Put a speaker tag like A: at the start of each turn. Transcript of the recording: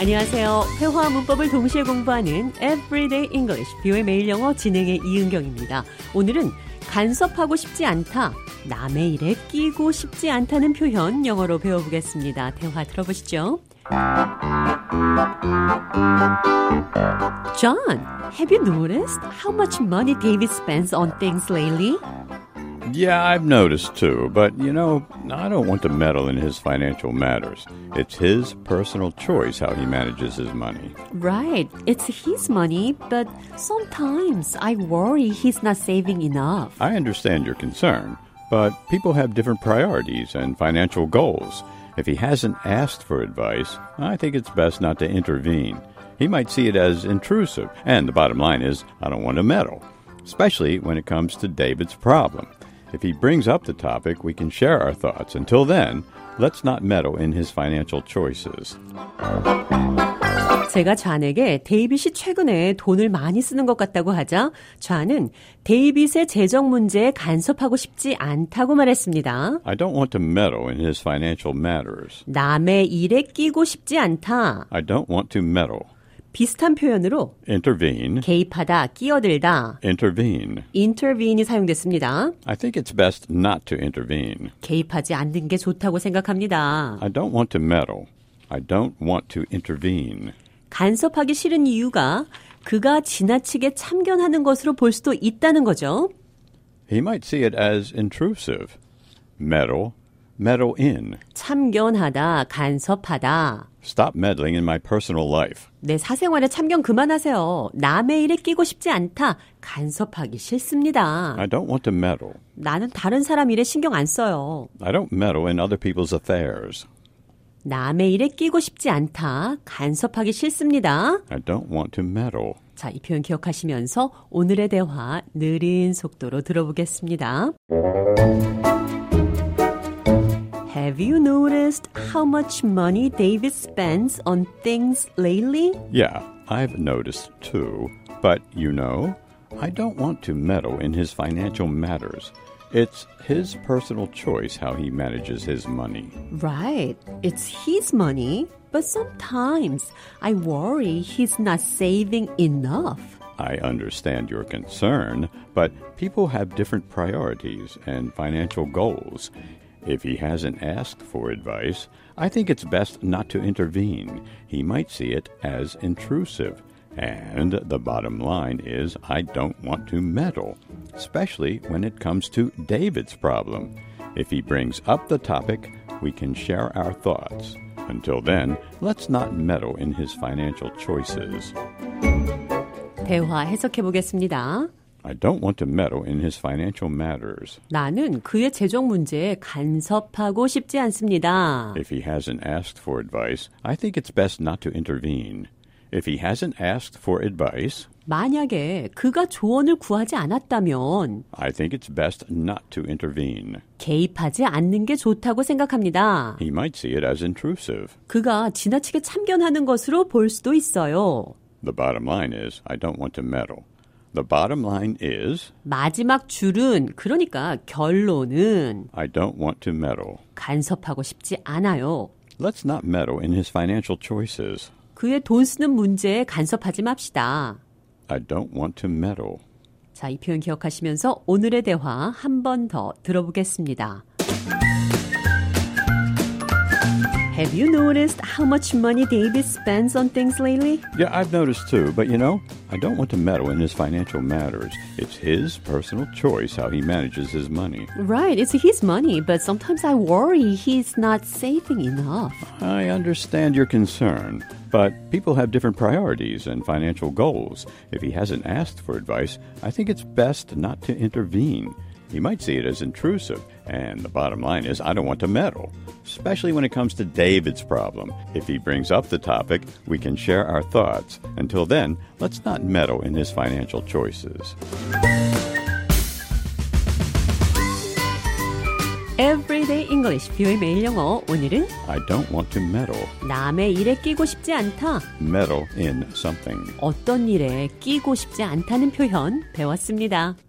A: 안녕하세요. 회화와 문법을 동시에 공부하는 Everyday English 뷰의 매일 영어 진행의 이은경입니다. 오늘은 간섭하고 싶지 않다, 남의 일에 끼고 싶지 않다는 표현 영어로 배워보겠습니다. 대화 들어보시죠. John, have you noticed how much money David spends on things lately?
B: Yeah, I've noticed too, but you know, I don't want to meddle in his financial matters. It's his personal choice how he manages his money.
A: Right, it's his money, but sometimes I worry he's not saving enough.
B: I understand your concern, but people have different priorities and financial goals. If he hasn't asked for advice, I think it's best not to intervene. He might see it as intrusive, and the bottom line is, I don't want to meddle, especially when it comes to David's problem. If he brings up the topic, we can share our thoughts. Until then, let's not meddle in his financial choices.
A: 제가 좌에게 데이빗이 최근에 돈을 많이 쓰는 것 같다고 하자 좌는 데이빗의 재정 문제에 간섭하고 싶지 않다고 말했습니다.
B: I don't want to meddle in his financial matters.
A: 남의 일에 끼고 싶지 않다.
B: I don't want to meddle.
A: 비슷한 표현으로
B: Intervene.
A: 개입하다, 끼어들다,
B: Intervene.
A: intervene이 사용됐습니다.
B: I think it's best not to intervene.
A: 개입하지 않는 게 좋다고 생각합니다.
B: I don't want to meddle. I don't want to intervene.
A: 간섭하기 싫은 이유가 그가 지나치게 참견하는 것으로 볼 수도 있다는 거죠.
B: He might see it as intrusive. Meddle. Meddle in.
A: 참견하다, 간섭하다.
B: Stop meddling in my personal life.
A: 내 사생활에 참견 그만하세요. 남의 일에 끼고 싶지 않다. 간섭하기 싫습니다.
B: I don't want to meddle.
A: 나는 다른 사람 일에 신경 안 써요.
B: I don't meddle in other people's affairs.
A: 남의 일에 끼고 싶지 않다. 간섭하기 싫습니다.
B: I don't want to meddle.
A: 자, 이 표현 기억하시면서 오늘의 대화 느린 속도로 들어보겠습니다. Have you noticed how much money David spends on things lately?
B: Yeah, I've noticed too. But you know, I don't want to meddle in his financial matters. It's his personal choice how he manages his money.
A: Right. It's his money, but sometimes I worry he's not saving enough.
B: I understand your concern, but people have different priorities and financial goals. If he hasn't asked for advice, I think it's best not to intervene. He might see it as intrusive. And the bottom line is, I don't want to meddle, especially when it comes to David's problem. If he brings up the topic, we can share our thoughts. Until then, let's not meddle in his financial choices.
A: 대화 해석해 보겠습니다.
B: I don't want to meddle in his financial matters.
A: 나는 그의 재정 문제에 간섭하고 싶지 않습니다.
B: If he hasn't asked for advice, I think it's best not to intervene. If he hasn't asked for advice,
A: 만약에 그가 조언을 구하지 않았다면
B: I think it's best not to intervene.
A: 개입하지 않는 게 좋다고 생각합니다.
B: He might see it as intrusive.
A: 그가 지나치게 참견하는 것으로 볼 수도 있어요.
B: The bottom line is, I don't want to meddle. The bottom line is,
A: 마지막 줄은 그러니까 결론은
B: I don't want to meddle.
A: 간섭하고 싶지 않아요.
B: Let's not meddle in his financial choices.
A: 그의 돈 쓰는 문제에 간섭하지 맙시다.
B: I don't want to meddle.
A: 자, 이 표현 기억하시면서 오늘의 대화 한 번 더 들어보겠습니다. Have you noticed how much money David spends on things lately?
B: Yeah, I've noticed too, but you know, I don't want to meddle in his financial matters. It's his personal choice how he manages his money.
A: Right, it's his money, but sometimes I worry he's not saving enough.
B: I understand your concern, but people have different priorities and financial goals. If he hasn't asked for advice, I think it's best not to intervene. He might see it as intrusive, and the bottom line is I don't want to meddle, especially when it comes to David's problem. If he brings up the topic, we can share our thoughts. Until then, let's not meddle in his financial choices.
A: Everyday English, 뷰의 매일 영어. 오늘은
B: I don't want to meddle,
A: 남의 일에 끼고 싶지 않다.
B: meddle in something.
A: 어떤 일에 끼고 싶지 않다는 표현 배웠습니다.